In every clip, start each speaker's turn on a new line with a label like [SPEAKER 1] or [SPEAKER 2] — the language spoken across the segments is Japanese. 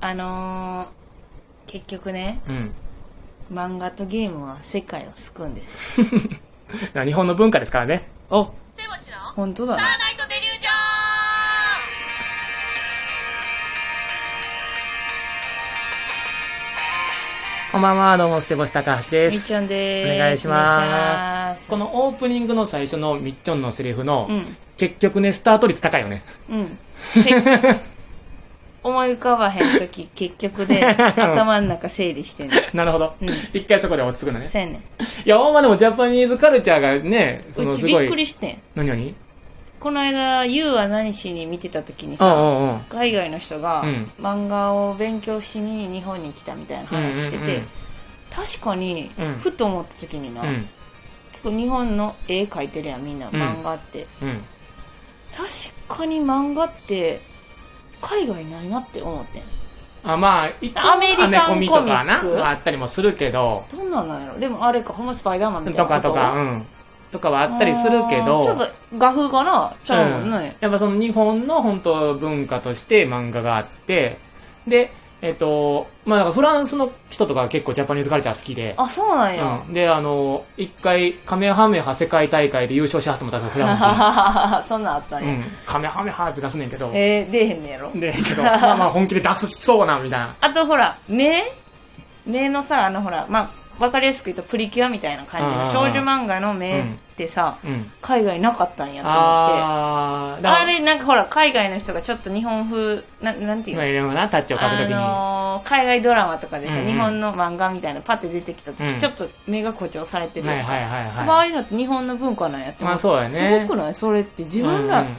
[SPEAKER 1] あのー結局ね、
[SPEAKER 2] うん。
[SPEAKER 1] 漫画とゲームは世界を救うんです。
[SPEAKER 2] 日本の文化ですからね。
[SPEAKER 1] お
[SPEAKER 3] 手越しの
[SPEAKER 1] 本当だ
[SPEAKER 3] タ
[SPEAKER 1] ね。
[SPEAKER 3] ーナイトデリュージョ
[SPEAKER 2] こんばんは、どうも、ステボシ高橋で
[SPEAKER 1] みっ
[SPEAKER 2] す。
[SPEAKER 1] ちゃん
[SPEAKER 2] お
[SPEAKER 1] でーす。
[SPEAKER 2] 願いしま
[SPEAKER 1] お
[SPEAKER 2] す。こ
[SPEAKER 1] 願いし
[SPEAKER 2] のオープニングの最初のみっちょんのセリフの、
[SPEAKER 1] うん
[SPEAKER 2] 結局ね、スタート率高いよね。
[SPEAKER 1] ます。うん。て 思い浮かばへんとき、結局 で、頭の中整理してんの。
[SPEAKER 2] なるほど。
[SPEAKER 1] うん
[SPEAKER 2] 一回そこで落ち着くのね。
[SPEAKER 1] せやねん。
[SPEAKER 2] いや、ほんまでもジャパニーズカルチャーがね、そうの
[SPEAKER 1] ち
[SPEAKER 2] す
[SPEAKER 1] び
[SPEAKER 2] ご
[SPEAKER 1] っく
[SPEAKER 2] い。
[SPEAKER 1] りしてん。
[SPEAKER 2] 何何
[SPEAKER 1] この間、You は何しに見てたときに
[SPEAKER 2] うんう
[SPEAKER 1] さ、
[SPEAKER 2] んうん。
[SPEAKER 1] 海外の人が
[SPEAKER 2] うん
[SPEAKER 1] 漫画を勉強しに日本に来たみたいな話して
[SPEAKER 2] うんうんう
[SPEAKER 1] て
[SPEAKER 2] ん、
[SPEAKER 1] 確かに
[SPEAKER 2] うん、
[SPEAKER 1] ふと思ったときにな
[SPEAKER 2] う、ん。
[SPEAKER 1] 結構日本の絵描いてるやん、みんな、
[SPEAKER 2] ん
[SPEAKER 1] 漫画って。
[SPEAKER 2] うん。
[SPEAKER 1] 確かに漫画って海外ないなって思ってん
[SPEAKER 2] あ、まあ、一応
[SPEAKER 1] アメリカン
[SPEAKER 2] アメコミとかな、
[SPEAKER 1] コミック
[SPEAKER 2] あったりもするけど、
[SPEAKER 1] どんなんなんやろでもあれかほんまスパイダーマンみたい
[SPEAKER 2] と
[SPEAKER 1] な
[SPEAKER 2] か
[SPEAKER 1] こと
[SPEAKER 2] か、うん。とかはあったりするけ
[SPEAKER 1] あ
[SPEAKER 2] ど、
[SPEAKER 1] ーちょっと画風かなちゃうもん
[SPEAKER 2] うん
[SPEAKER 1] ね、
[SPEAKER 2] やっぱその日本の本当文化として漫画があって、で、えっと、まあだからフランスの人とか結構ジャパニーズカルチャー好きで、
[SPEAKER 1] あそうなんや、
[SPEAKER 2] うん、で、あの、一回、カメハメハ世界大会で優勝しはってもたからフランス人。
[SPEAKER 1] そんなんあったん
[SPEAKER 2] う
[SPEAKER 1] や、
[SPEAKER 2] ん。カメハメハって出すねんけど、で、
[SPEAKER 1] えー、出えへんねやろ
[SPEAKER 2] けど、まあまあ本気で出すそうな、みたいな。
[SPEAKER 1] あとほら目目のさあのほらまあわかりやすく言うとプリキュアみたいな感じの
[SPEAKER 2] あー
[SPEAKER 1] 少女漫画の目ってさ、
[SPEAKER 2] うん。
[SPEAKER 1] 海外なかったんやと思って
[SPEAKER 2] あー、だから
[SPEAKER 1] あれなんかほら海外の人がちょっと日本風ななんていうの
[SPEAKER 2] まあ、いろいろなタッチをかぶ
[SPEAKER 1] あ
[SPEAKER 2] ときに。
[SPEAKER 1] のー海外ドラマとかでさ、
[SPEAKER 2] うんうん
[SPEAKER 1] 日本の漫画みたいなのパッて出てきた時、
[SPEAKER 2] うん
[SPEAKER 1] ちょっと目が誇張されてる
[SPEAKER 2] は
[SPEAKER 1] や
[SPEAKER 2] い
[SPEAKER 1] んか
[SPEAKER 2] はいはい
[SPEAKER 1] やっぱあ
[SPEAKER 2] は
[SPEAKER 1] あ
[SPEAKER 2] い。
[SPEAKER 1] いうのって日本の文化なんやって
[SPEAKER 2] まあそうだよね
[SPEAKER 1] すごくないそれって自分
[SPEAKER 2] う
[SPEAKER 1] ら
[SPEAKER 2] んうん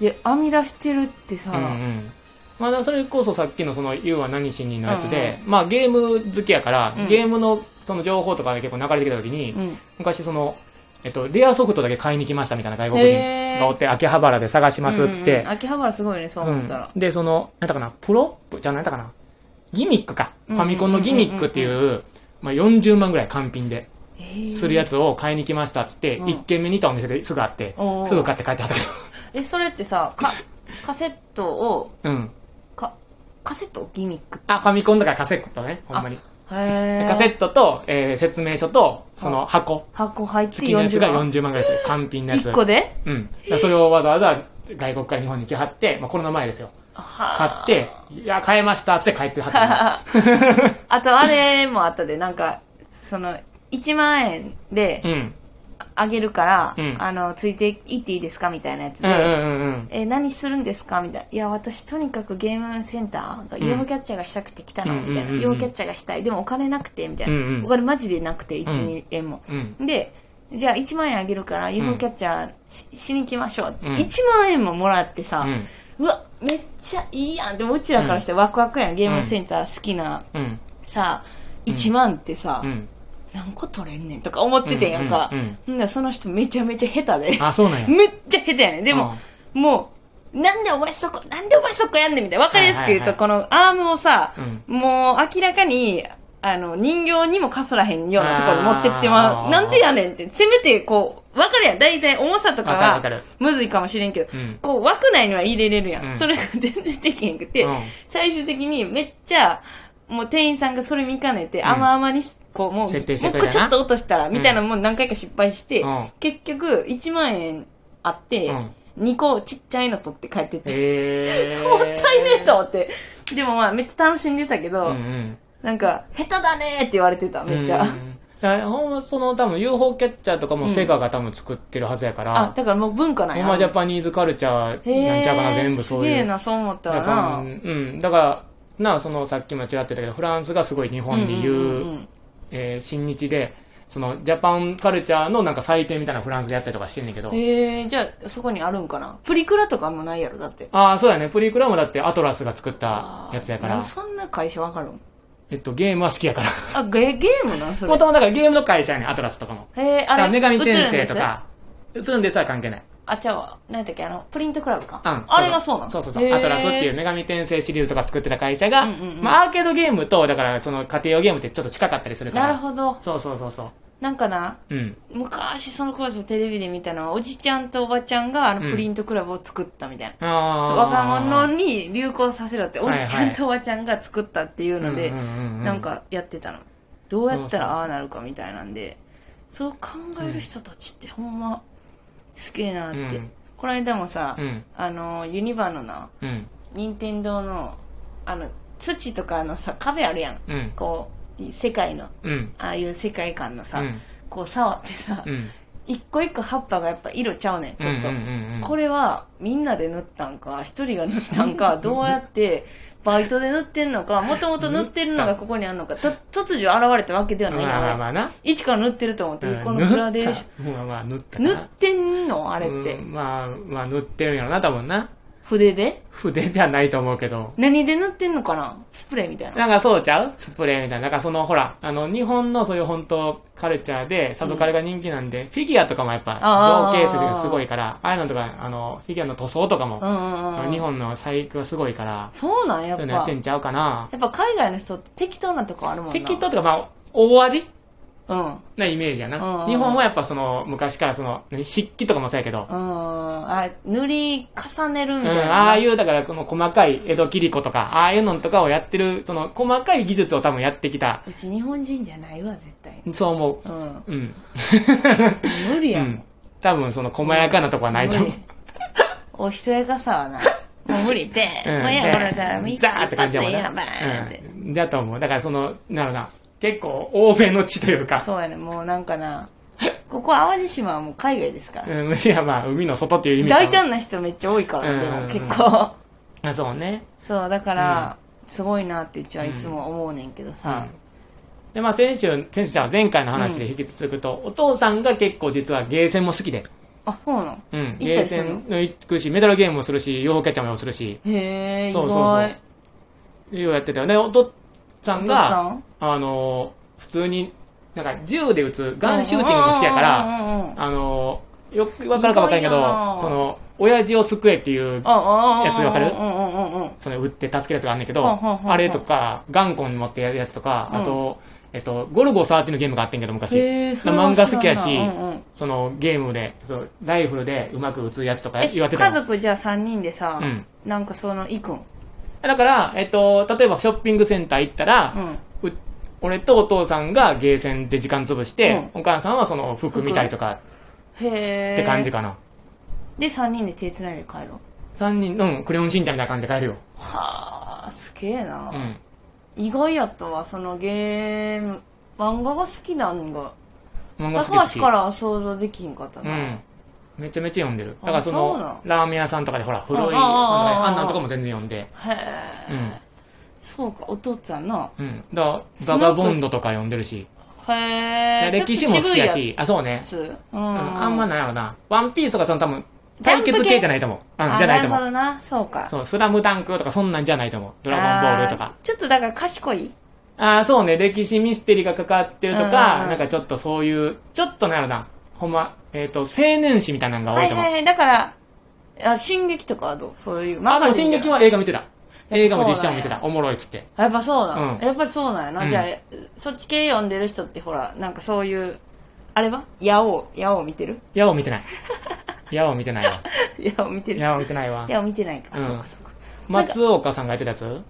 [SPEAKER 1] で編み出してるってさ、
[SPEAKER 2] うんうんまあ、だからそれこそさっきのその「You は何しに」のやつで、まあ、ゲーム好きやから、
[SPEAKER 1] うん
[SPEAKER 2] ゲームのその情報とかが結構流れてきた時に、
[SPEAKER 1] うん
[SPEAKER 2] 昔その、えっと、レアソフトだけ買いに来ましたみたいな外国
[SPEAKER 1] へ
[SPEAKER 2] 人
[SPEAKER 1] ー
[SPEAKER 2] がおって、秋葉原で探しますっつっ
[SPEAKER 1] うんう
[SPEAKER 2] て
[SPEAKER 1] んうん、秋葉原すごいねそう
[SPEAKER 2] う
[SPEAKER 1] 思っ
[SPEAKER 2] ん
[SPEAKER 1] たら、
[SPEAKER 2] でそのなんだかなプロップじゃあなんだかなギミックか、
[SPEAKER 1] うん
[SPEAKER 2] ファミコンのギミックっていう,、まあ、40万ぐらい完品で
[SPEAKER 1] えー
[SPEAKER 2] するやつを買いに来ましたっつって、
[SPEAKER 1] うん
[SPEAKER 2] 一軒目に行ったお店ですぐあって、
[SPEAKER 1] おー
[SPEAKER 2] すぐ買って帰ってはったけ
[SPEAKER 1] えそれってさ かカセットを
[SPEAKER 2] どうん
[SPEAKER 1] かカセットギミック
[SPEAKER 2] あファミコンだからカセットねほんまに
[SPEAKER 1] へえ
[SPEAKER 2] カセットと、えー説明書と、その箱。
[SPEAKER 1] 箱入って
[SPEAKER 2] 月のやつ
[SPEAKER 1] 40
[SPEAKER 2] が
[SPEAKER 1] 万
[SPEAKER 2] 40万ぐらいする。完品のやつ。
[SPEAKER 1] 1個で
[SPEAKER 2] うん。だからそれをわざわざ外国から日本に来はって、まあコロナ前ですよ。買
[SPEAKER 1] 買
[SPEAKER 2] って、いや、買えましたっつって帰ってはった。
[SPEAKER 1] あとあれもあったで、なんか、その、1万円で
[SPEAKER 2] うん。
[SPEAKER 1] あげるから、
[SPEAKER 2] うん
[SPEAKER 1] あの、ついていっていいですかみたいなやつ
[SPEAKER 2] う
[SPEAKER 1] で、
[SPEAKER 2] んうんうんうん。
[SPEAKER 1] え、何するんですかみたいな。いや、私とにかくゲームセンターが、
[SPEAKER 2] ん
[SPEAKER 1] UFO キャッチャーがしたくて来たの、
[SPEAKER 2] うんうんうん
[SPEAKER 1] みたいな。
[SPEAKER 2] うん
[SPEAKER 1] UFO キャッチャーがしたい。でもお金なくて、みたいな。
[SPEAKER 2] うんうん
[SPEAKER 1] お金マジでなくて、1、
[SPEAKER 2] うん
[SPEAKER 1] 2円も。
[SPEAKER 2] うん。
[SPEAKER 1] で、じゃあ1万円あげるから UFO キャッチャーし,、に行きましょう、
[SPEAKER 2] うん
[SPEAKER 1] 1万円ももらってさ、
[SPEAKER 2] うん。
[SPEAKER 1] うわ、めっちゃいいやん。でもうちらからしてワクワクやん。ゲームセンター好きな
[SPEAKER 2] うん。
[SPEAKER 1] さ1万ってさ、
[SPEAKER 2] うん。
[SPEAKER 1] 何個取れんねんとか思っててんやんか、
[SPEAKER 2] うんうんうん
[SPEAKER 1] ほんならその人めちゃめちゃ下手で
[SPEAKER 2] あ、そうなんや。
[SPEAKER 1] めっちゃ下手やねんでも、もうなんでお前そこなんでお前そこやんねんみたいな分かりやすく言うと、
[SPEAKER 2] はい
[SPEAKER 1] このアームをさ、
[SPEAKER 2] う
[SPEAKER 1] もう明らかにあの人形にもかすらへんようなところに持ってってま
[SPEAKER 2] あー
[SPEAKER 1] うなんでやねんってせめてこう分かるやん大体重さとか
[SPEAKER 2] わかるわ
[SPEAKER 1] は
[SPEAKER 2] か
[SPEAKER 1] むずいかもしれんけど、
[SPEAKER 2] うん
[SPEAKER 1] こう枠内には入れれるやん、
[SPEAKER 2] うん
[SPEAKER 1] それが全然できへんくて、
[SPEAKER 2] うん
[SPEAKER 1] 最終的にめっちゃもう店員さんがそれ見かねて、あまあまにこうもう
[SPEAKER 2] 設定してく
[SPEAKER 1] も
[SPEAKER 2] れ
[SPEAKER 1] う
[SPEAKER 2] た
[SPEAKER 1] これち
[SPEAKER 2] な
[SPEAKER 1] ょっと落としたらみたいなのも何回か失敗して、
[SPEAKER 2] うん
[SPEAKER 1] 結局1万円あって、
[SPEAKER 2] うん
[SPEAKER 1] 2個ちっちゃいの取って帰ってって、
[SPEAKER 2] えー。
[SPEAKER 1] もったいねえと思ってでもまあめっちゃ楽しんでたけど、
[SPEAKER 2] うんうん。
[SPEAKER 1] なんか下手だねーって言われてためっちゃ、
[SPEAKER 2] うん。だからほんまその多分 UFO キャッチャーとかもセガが多分作ってるはずやから、
[SPEAKER 1] あだからもう文化なん
[SPEAKER 2] ほ
[SPEAKER 1] や
[SPEAKER 2] んまジャパニーズカルチャーなんちゃうかな、
[SPEAKER 1] へー
[SPEAKER 2] 全部そういう。
[SPEAKER 1] すげえなそう思った
[SPEAKER 2] だ
[SPEAKER 1] ら
[SPEAKER 2] から、
[SPEAKER 1] な
[SPEAKER 2] うん、だから、なあ、その、さっきもちらっと言ったけど、フランスがすごい日本で言う、
[SPEAKER 1] んんんん
[SPEAKER 2] えー新日で、その、ジャパンカルチャーのなんか祭典みたいなのフランスでやったりとかしてんねんけど、
[SPEAKER 1] へえじゃあそこにあるんかなプリクラとかもないやろだって
[SPEAKER 2] ああ、そうやね、プリクラもだってアトラスが作ったやつやか
[SPEAKER 1] なん
[SPEAKER 2] ら、
[SPEAKER 1] そんな会社わかるん
[SPEAKER 2] えっと、ゲームは好きやから。
[SPEAKER 1] あゲゲームなんそれ
[SPEAKER 2] もともとだからゲームの会社やねん、アトラスとかも。
[SPEAKER 1] へえあ
[SPEAKER 2] だから
[SPEAKER 1] れ
[SPEAKER 2] 女神転
[SPEAKER 1] 映るん
[SPEAKER 2] 生
[SPEAKER 1] です
[SPEAKER 2] とか、映るんですは関係ない。
[SPEAKER 1] あちゃうわ何だっけあのプリントクラブか、
[SPEAKER 2] うん
[SPEAKER 1] あれがそうなの
[SPEAKER 2] そうそうそう。アトラスっていう
[SPEAKER 1] う
[SPEAKER 2] 女神転生シリーズとか作ってた会社が、
[SPEAKER 1] うんうんうん
[SPEAKER 2] まあ、アーケードゲームと、だからその家庭用ゲームってちょっと近かったりするから。
[SPEAKER 1] なるほど
[SPEAKER 2] そうそうそうそう。
[SPEAKER 1] なんかな、
[SPEAKER 2] うん。
[SPEAKER 1] 昔そのクラスをテレビで見たのは、おじちゃんとおばちゃんがあの
[SPEAKER 2] うん
[SPEAKER 1] プリントクラブを作ったみたいな。
[SPEAKER 2] ああ。
[SPEAKER 1] 若者に流行させろって、おじちゃんとおばちゃんが作ったっていうので、
[SPEAKER 2] うんうんうんうん
[SPEAKER 1] なんかやってたの。どうやった
[SPEAKER 2] そうそうそう
[SPEAKER 1] らああなるかみたいなんで、そう考える人たちってほんま、すげえなって。
[SPEAKER 2] うん
[SPEAKER 1] この間もさ、
[SPEAKER 2] うん。
[SPEAKER 1] あの、ユニバのな、
[SPEAKER 2] うん。
[SPEAKER 1] 任天堂の、あの、土とかのさ、壁あるやん。
[SPEAKER 2] うん。
[SPEAKER 1] こう、世界の、
[SPEAKER 2] うん。
[SPEAKER 1] ああいう世界観のさ、
[SPEAKER 2] うん
[SPEAKER 1] こう触ってさ、
[SPEAKER 2] うん。
[SPEAKER 1] 一個一個葉っぱがやっぱ色ちゃうねん、ちょっと。
[SPEAKER 2] うんうんうんうん
[SPEAKER 1] これはみんなで塗ったんか、一人が塗ったんか、どうやってバイトで塗ってんのか、もともと塗ってるのがここにあるのか、と突如現れたわけではない
[SPEAKER 2] まあまあ
[SPEAKER 1] やん、
[SPEAKER 2] ま
[SPEAKER 1] 俺。
[SPEAKER 2] あな。
[SPEAKER 1] 一から塗ってると思って、この
[SPEAKER 2] うん
[SPEAKER 1] グラデーション。
[SPEAKER 2] 塗ったまあまあ、塗ったな
[SPEAKER 1] 塗ってんのあれって
[SPEAKER 2] う。んまあ、まあ、塗ってるんやろな、多分な。
[SPEAKER 1] 筆で
[SPEAKER 2] 筆ではないと思うけど。
[SPEAKER 1] 何で塗ってんのかなスプレーみたいな。
[SPEAKER 2] なんかそうちゃうスプレーみたいな。なんかその、ほら、あの、日本のそういう本当カルチャーで、サブカルが人気なんで、フィギュアとかもやっぱ、
[SPEAKER 1] あー
[SPEAKER 2] 造形するがすごいから、ああいうのとか、あの、フィギュアの塗装とか
[SPEAKER 1] う
[SPEAKER 2] も、
[SPEAKER 1] んうんうん。
[SPEAKER 2] 日本の細工はすごいから、
[SPEAKER 1] そうなんやっ
[SPEAKER 2] そうい
[SPEAKER 1] ぱ。
[SPEAKER 2] うのやってんちゃうかな。
[SPEAKER 1] やっぱ海外の人って適当なとこあるもんな。
[SPEAKER 2] 適当とか、まあ、大味
[SPEAKER 1] うん。うん。
[SPEAKER 2] なイメージや
[SPEAKER 1] うんうん
[SPEAKER 2] な。日本はやっぱその、昔からその、何漆器とかもそうやけど、
[SPEAKER 1] あ、塗り重ねる
[SPEAKER 2] う
[SPEAKER 1] み
[SPEAKER 2] ん、
[SPEAKER 1] たいな。
[SPEAKER 2] ああいう、だから、この細かい江戸切子とか、ああいうのとかをやってる、その、細かい技術を多分やってきた。
[SPEAKER 1] うち日本人じゃないわ、絶対。
[SPEAKER 2] そう思
[SPEAKER 1] うん。
[SPEAKER 2] う。うん。
[SPEAKER 1] 無理
[SPEAKER 2] う
[SPEAKER 1] やもん。
[SPEAKER 2] ん。多分、その、細やかなとこはないと思う
[SPEAKER 1] 無。理お人やかさはな。もう無理で。
[SPEAKER 2] うん
[SPEAKER 1] もういいや、
[SPEAKER 2] ね
[SPEAKER 1] これさ、み
[SPEAKER 2] ザーって感じだもん
[SPEAKER 1] 一発でいいや
[SPEAKER 2] な。
[SPEAKER 1] ばーって。
[SPEAKER 2] うんだと思う。だから、その、なるな。結構、欧米の地というか、
[SPEAKER 1] そうやね、もうなんかな。ここ淡路島はもう海外ですから。
[SPEAKER 2] うん、いや、まあ、海の外っていう意味かも
[SPEAKER 1] 大胆な人めっちゃ多いから、で
[SPEAKER 2] う
[SPEAKER 1] も
[SPEAKER 2] ん
[SPEAKER 1] 結構。
[SPEAKER 2] あ、そうね。
[SPEAKER 1] そう、だから、すごいなってうちはいつも思うねんけどさ。
[SPEAKER 2] で、まあ、先週、先週じゃあ前回の話で引き続くと、お父さんが結構実はゲーセンも好きで、
[SPEAKER 1] あ、そうなの
[SPEAKER 2] うん、
[SPEAKER 1] 行ったりするの
[SPEAKER 2] ゲーセン行くし、メダルゲームもするし、UFO キャッチャーもするし、
[SPEAKER 1] へえ、意
[SPEAKER 2] そうそうそう
[SPEAKER 1] 外。
[SPEAKER 2] ようやってたよね。お父さん
[SPEAKER 1] お父さ
[SPEAKER 2] が、
[SPEAKER 1] ん
[SPEAKER 2] あのー、普通に、なんか銃で撃つ、ガンシューティングも好きやから、
[SPEAKER 1] うんうんうんうんうん
[SPEAKER 2] あのー、よくわかるかわかんないけ
[SPEAKER 1] 意
[SPEAKER 2] ど
[SPEAKER 1] 外やな、
[SPEAKER 2] その、親父を救えっていう、
[SPEAKER 1] や
[SPEAKER 2] やつわかる
[SPEAKER 1] うんうんうんうんうん。
[SPEAKER 2] その、撃って助けるやつがあんねんけ
[SPEAKER 1] ほう
[SPEAKER 2] ど
[SPEAKER 1] ほうほうほ、う
[SPEAKER 2] あれとか、ガンコン持ってやるやつとか、
[SPEAKER 1] うん
[SPEAKER 2] あと、えっと、ゴルゴ13のゲームがあってんけど、昔。
[SPEAKER 1] へーそれは
[SPEAKER 2] 漫画好きや
[SPEAKER 1] 知
[SPEAKER 2] し
[SPEAKER 1] らんなうんうん、
[SPEAKER 2] その、ゲームで、そう、ライフルでうまく撃つやつとか
[SPEAKER 1] え、
[SPEAKER 2] 言われてた
[SPEAKER 1] 家
[SPEAKER 2] よ
[SPEAKER 1] 族じゃあ3人でさ、
[SPEAKER 2] うん
[SPEAKER 1] なんかその、行くん。
[SPEAKER 2] だから、えっと、例えばショッピングセンター行ったら
[SPEAKER 1] う、ん。
[SPEAKER 2] う俺とお父さんがゲーセンで時間潰して、お母さんはその服見たりとか
[SPEAKER 1] へえ。
[SPEAKER 2] って感じ。かな。
[SPEAKER 1] で、3人で手繋いで帰ろう。
[SPEAKER 2] 三人、うん、クレヨンしんちゃんみたいな感じで帰るよ。
[SPEAKER 1] はあ、すげえな、
[SPEAKER 2] うん。
[SPEAKER 1] 意外やったわ、そのゲーム、漫画が好きなんが。
[SPEAKER 2] 漫画好き
[SPEAKER 1] 高
[SPEAKER 2] 好
[SPEAKER 1] 橋
[SPEAKER 2] き。
[SPEAKER 1] からは想像できんかった
[SPEAKER 2] う
[SPEAKER 1] な。
[SPEAKER 2] ん。めちゃめちゃ読んでる。
[SPEAKER 1] あ
[SPEAKER 2] だからそ
[SPEAKER 1] そうなん
[SPEAKER 2] の、ラーメン屋さんとかでほら、古い、
[SPEAKER 1] あ
[SPEAKER 2] あ
[SPEAKER 1] あ
[SPEAKER 2] ん
[SPEAKER 1] ああ
[SPEAKER 2] なのとかも全然読んで。
[SPEAKER 1] へえ、
[SPEAKER 2] うん。
[SPEAKER 1] そうか、お父さんな。
[SPEAKER 2] うん。だから、バガボンドとか読んでるし。
[SPEAKER 1] へえ。
[SPEAKER 2] 歴史も好きやし。あ、そう
[SPEAKER 1] や
[SPEAKER 2] ね。
[SPEAKER 1] つ。うん。
[SPEAKER 2] うん。あ
[SPEAKER 1] あ
[SPEAKER 2] んまないやろな。ワンピースとかその多分、
[SPEAKER 1] ジャン
[SPEAKER 2] 対
[SPEAKER 1] プ系
[SPEAKER 2] 決系じゃないと思う。うん、じゃないと
[SPEAKER 1] なるほ
[SPEAKER 2] 思う。
[SPEAKER 1] どな。そうか。
[SPEAKER 2] そう、スラムダンクとかそんなんじゃないと思う。ドラゴンボールとか
[SPEAKER 1] あ。ちょっとだから賢い
[SPEAKER 2] ああ、そうね、歴史ミステリーがかかってると
[SPEAKER 1] うんうんう
[SPEAKER 2] か、
[SPEAKER 1] ん
[SPEAKER 2] なんかちょっとそういう、ちょっとなんやろな、ほんま、えっ、と、青年誌みたいなのが多
[SPEAKER 1] はいい
[SPEAKER 2] と思う。
[SPEAKER 1] はいはい。だから、あ進撃とかはどうそういう。
[SPEAKER 2] あ、でも
[SPEAKER 1] ジン
[SPEAKER 2] 進
[SPEAKER 1] じゃない
[SPEAKER 2] 撃は映画見てた。映画も実写も見
[SPEAKER 1] そう
[SPEAKER 2] て
[SPEAKER 1] なん
[SPEAKER 2] た。おもろいっつって。
[SPEAKER 1] やっぱそうなの、
[SPEAKER 2] うん
[SPEAKER 1] やっぱりそうなんやな。
[SPEAKER 2] うん
[SPEAKER 1] じゃあ、そっち系読んでる人ってほら、なんかそういう、あれはヤオウ、ヤオウ見てる
[SPEAKER 2] 矢を見て ない。矢を見てない わ。
[SPEAKER 1] ヤオウ見てる
[SPEAKER 2] 矢を見てないわ。
[SPEAKER 1] ヤオウ見てないか。
[SPEAKER 2] うん
[SPEAKER 1] そうかそうか。
[SPEAKER 2] 松岡さんがやってたやつ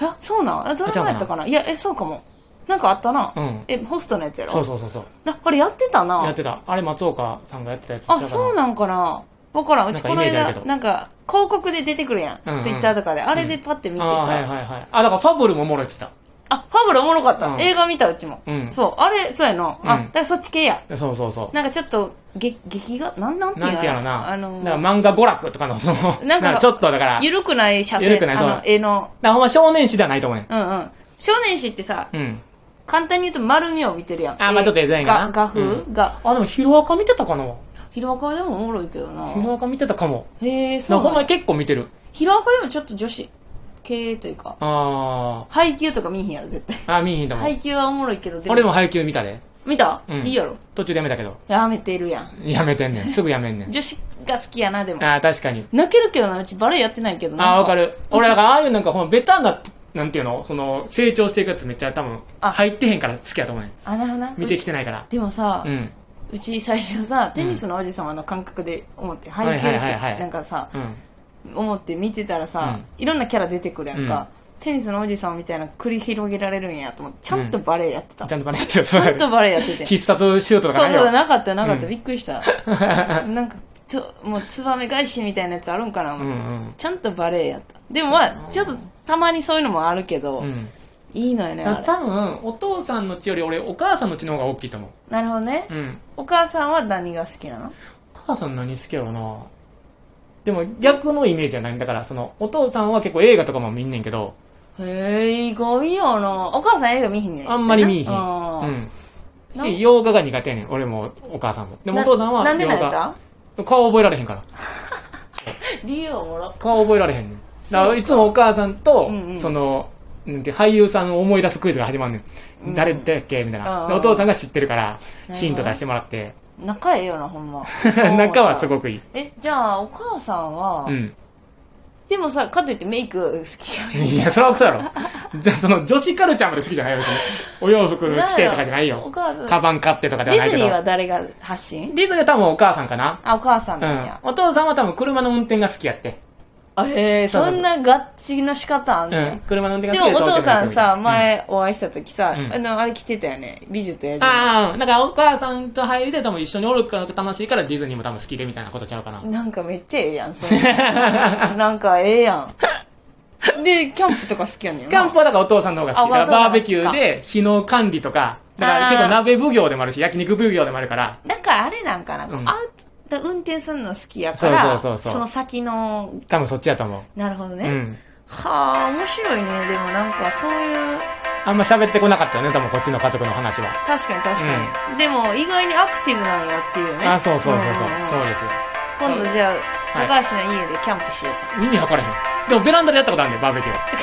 [SPEAKER 1] あ、そうなんあドラマやったかないや、え、そうかも。なんかあったな。
[SPEAKER 2] うん
[SPEAKER 1] え、ホストのやつやろ
[SPEAKER 2] そうそうそうそう。
[SPEAKER 1] なあれやってたな。
[SPEAKER 2] やってた。あれ松岡さんがやってたやつちゃ
[SPEAKER 1] あ、
[SPEAKER 2] うかな。
[SPEAKER 1] そうなんかなわからん。うちこの
[SPEAKER 2] なんかイメージある
[SPEAKER 1] 間
[SPEAKER 2] け、ど
[SPEAKER 1] なんか、広告で出てくるやん。
[SPEAKER 2] うんうん
[SPEAKER 1] ツイッターとかで。あれでパッて見てさ。
[SPEAKER 2] あーはいはいはい。あ、だからファブルもおもろいっつって
[SPEAKER 1] あ、ファブルおもろかった。
[SPEAKER 2] うん
[SPEAKER 1] 映画見たうちも。
[SPEAKER 2] うん
[SPEAKER 1] そう。あれ、そうやの。あ、
[SPEAKER 2] うん
[SPEAKER 1] だからそっち系や。
[SPEAKER 2] た。そうそうそ
[SPEAKER 1] なんかちょっと、げ、劇が、なん、なん
[SPEAKER 2] う。
[SPEAKER 1] ていう
[SPEAKER 2] なん
[SPEAKER 1] の
[SPEAKER 2] ていうのな。
[SPEAKER 1] あ
[SPEAKER 2] だから
[SPEAKER 1] の、
[SPEAKER 2] 漫画娯楽とかの、その、
[SPEAKER 1] な
[SPEAKER 2] なんん
[SPEAKER 1] か
[SPEAKER 2] かちょっとだから、だか
[SPEAKER 1] ゆるくない写
[SPEAKER 2] 緩
[SPEAKER 1] 生
[SPEAKER 2] く、ない
[SPEAKER 1] あ
[SPEAKER 2] そ
[SPEAKER 1] の
[SPEAKER 2] う、
[SPEAKER 1] 絵の、
[SPEAKER 2] らほんま少年誌ではないと思うねん。
[SPEAKER 1] うんうん。少年誌ってさ、
[SPEAKER 2] うん。
[SPEAKER 1] 簡単に言うと丸みを見てるやん。
[SPEAKER 2] あ
[SPEAKER 1] え
[SPEAKER 2] まあちょっとデザインがな
[SPEAKER 1] が画風
[SPEAKER 2] う
[SPEAKER 1] が。
[SPEAKER 2] あ、でもヒロアカ見てたかな
[SPEAKER 1] ヒロアカはでもおもろいけどな
[SPEAKER 2] ヒ。ロアカ見てたかも。
[SPEAKER 1] へえ、
[SPEAKER 2] な
[SPEAKER 1] そ
[SPEAKER 2] ほ
[SPEAKER 1] うんな
[SPEAKER 2] ま
[SPEAKER 1] ん。
[SPEAKER 2] 結構見てる。
[SPEAKER 1] ヒロアカでもちょっと女子系というか、
[SPEAKER 2] あ
[SPEAKER 1] 配給とか見えへんやろ、絶対。
[SPEAKER 2] ー。あー、見えへんと思う。
[SPEAKER 1] 配給はおもろいけど、で
[SPEAKER 2] 俺も配給見たで。
[SPEAKER 1] 見た
[SPEAKER 2] うん
[SPEAKER 1] いいやろ。
[SPEAKER 2] 途中でやめたけど。
[SPEAKER 1] やめてるやん。
[SPEAKER 2] やめてんねん。すぐやめんねん。
[SPEAKER 1] 女子が好きやな、でも。
[SPEAKER 2] あー、確かに。
[SPEAKER 1] 泣けるけどな、うちバレエやってないけどな。
[SPEAKER 2] あー、わかる。俺、だからああいうなんかほんまベタななんていうのその、成長していくやつめっちゃ多分、
[SPEAKER 1] あ
[SPEAKER 2] 入ってへんから好きやと思うねん。
[SPEAKER 1] あ、なるほどな。
[SPEAKER 2] 見てきて
[SPEAKER 1] う
[SPEAKER 2] ないから
[SPEAKER 1] ち。でもさ、
[SPEAKER 2] う。
[SPEAKER 1] うんち最初さ、テニスのおじさまの感覚で思って、背景って、
[SPEAKER 2] はいはいはいはい
[SPEAKER 1] なんかさ、
[SPEAKER 2] うん。
[SPEAKER 1] 思って見てたらさ、いろんなキャラ出てくるやんか、テニスのおじさんみたいな繰り広げられるんやと思って、ちゃんとバレーやってた。
[SPEAKER 2] ちゃ
[SPEAKER 1] ち
[SPEAKER 2] んとバネやってる。ち
[SPEAKER 1] ゃんとバレーやってて。
[SPEAKER 2] 必殺シュートとか
[SPEAKER 1] そう
[SPEAKER 2] ないよ。
[SPEAKER 1] そう、なかったなかった、
[SPEAKER 2] うん
[SPEAKER 1] びっくりした。 なんか、ちょ、もう、ツバメ返しみたいなやつあるんかな、思
[SPEAKER 2] う
[SPEAKER 1] って
[SPEAKER 2] ん
[SPEAKER 1] ちゃんとバレエやった。でもまあ、ちょっと、たまにそういうのもあるけど、
[SPEAKER 2] うん。うん。
[SPEAKER 1] いいのよね、あ
[SPEAKER 2] だ
[SPEAKER 1] れ。
[SPEAKER 2] から多分、お父さんの血より俺、お母さんの血の方が大きいと思
[SPEAKER 1] なるほどね。
[SPEAKER 2] う。うん。
[SPEAKER 1] お母さんは何が好きなの
[SPEAKER 2] お母さん何好きやろなでも逆のイメージじゃないんだから、その、お父さんは結構映画とかも見んねんけど、
[SPEAKER 1] へえ、意外やな。お母さん映画見ひんね
[SPEAKER 2] あんまり見えひん。
[SPEAKER 1] あ
[SPEAKER 2] う
[SPEAKER 1] ー
[SPEAKER 2] ん。
[SPEAKER 1] な
[SPEAKER 2] し、洋画が苦手やねん。俺も、お母さんも。でもお父さんは
[SPEAKER 1] ななんで
[SPEAKER 2] 洋
[SPEAKER 1] なんやっ
[SPEAKER 2] 画。
[SPEAKER 1] た
[SPEAKER 2] 顔覚えられへんから。
[SPEAKER 1] 理由をもら
[SPEAKER 2] 顔覚えられへんねん。だからいつもお母さんと、
[SPEAKER 1] うんうん
[SPEAKER 2] その、なんて俳優さんを思い出すクイズが始まんねん。
[SPEAKER 1] うん
[SPEAKER 2] 誰だっけみたい
[SPEAKER 1] あ
[SPEAKER 2] な。
[SPEAKER 1] あ
[SPEAKER 2] でお父さんが知ってるから、
[SPEAKER 1] ど
[SPEAKER 2] ヒント出してもらって。。
[SPEAKER 1] 仲ええよな、ほんま
[SPEAKER 2] 中はす
[SPEAKER 1] い。
[SPEAKER 2] ごくいい。
[SPEAKER 1] え、じゃあ、お母さんは、
[SPEAKER 2] うん。
[SPEAKER 1] でもさ、かといってメイク好きじゃない
[SPEAKER 2] いや、それは嘘だろ。 じゃあその、女子カルチャーまで好きじゃないよ、別に。お洋服着てとかじゃない
[SPEAKER 1] お
[SPEAKER 2] よ。
[SPEAKER 1] 母さ
[SPEAKER 2] カ
[SPEAKER 1] ん。
[SPEAKER 2] バン買ってとかでは
[SPEAKER 1] デ
[SPEAKER 2] な
[SPEAKER 1] ィ
[SPEAKER 2] い
[SPEAKER 1] ズ
[SPEAKER 2] け
[SPEAKER 1] ニ
[SPEAKER 2] ど
[SPEAKER 1] ー。は誰が発信
[SPEAKER 2] ディズニーは多分お母さんかな。
[SPEAKER 1] あ、お母さんなんや。
[SPEAKER 2] うん。お父さんは多分車の運転が好きやって。
[SPEAKER 1] あへえ、
[SPEAKER 2] そうそ
[SPEAKER 1] そ
[SPEAKER 2] うそうん
[SPEAKER 1] なガッチの仕方あん
[SPEAKER 2] う
[SPEAKER 1] ね
[SPEAKER 2] ん。車の運転
[SPEAKER 1] で
[SPEAKER 2] が好
[SPEAKER 1] も
[SPEAKER 2] き
[SPEAKER 1] お父さんさ、
[SPEAKER 2] 東京に来た時に
[SPEAKER 1] 前お会いした時さ、
[SPEAKER 2] うん
[SPEAKER 1] あの、あれ着てたよね。美女と野獣。
[SPEAKER 2] ああ、なんかお母さんと入りで多分一緒におるから楽しいからディズニーも多分好きでみたいなことちゃうかな。
[SPEAKER 1] なんかめっちゃええやん、 それなんかええやん。で、キャンプとか好きやねんな。
[SPEAKER 2] キャンプはだからお父さんの方が好きだ
[SPEAKER 1] あお
[SPEAKER 2] から
[SPEAKER 1] 父さん
[SPEAKER 2] バ
[SPEAKER 1] が
[SPEAKER 2] ー
[SPEAKER 1] 好き
[SPEAKER 2] ベ
[SPEAKER 1] か
[SPEAKER 2] キューで火の管理とか、だから結構鍋奉行でもあるし、焼肉奉行でもあるから、
[SPEAKER 1] だからあれなんかな、
[SPEAKER 2] うん
[SPEAKER 1] アウト運転するの好きやから、
[SPEAKER 2] そうそうそうそう
[SPEAKER 1] の先の、
[SPEAKER 2] 多分そっちやと思
[SPEAKER 1] なるほど
[SPEAKER 2] う。
[SPEAKER 1] ね。
[SPEAKER 2] うん。
[SPEAKER 1] はあ、面白いね。でもなんかそういう、
[SPEAKER 2] あんま喋ってこなかったよね、多分こっちの家族の話は。
[SPEAKER 1] 確かに確かに。でも意外にアクティブなんやっていうね。
[SPEAKER 2] あ、そうそうそうそう。
[SPEAKER 1] んんん
[SPEAKER 2] そうですよ。
[SPEAKER 1] 今度じゃあ、
[SPEAKER 2] はい
[SPEAKER 1] 高橋の家でキャンプしようか。
[SPEAKER 2] 意味わからへん。でもベランダでやったことあるんだよ、バーベキュー。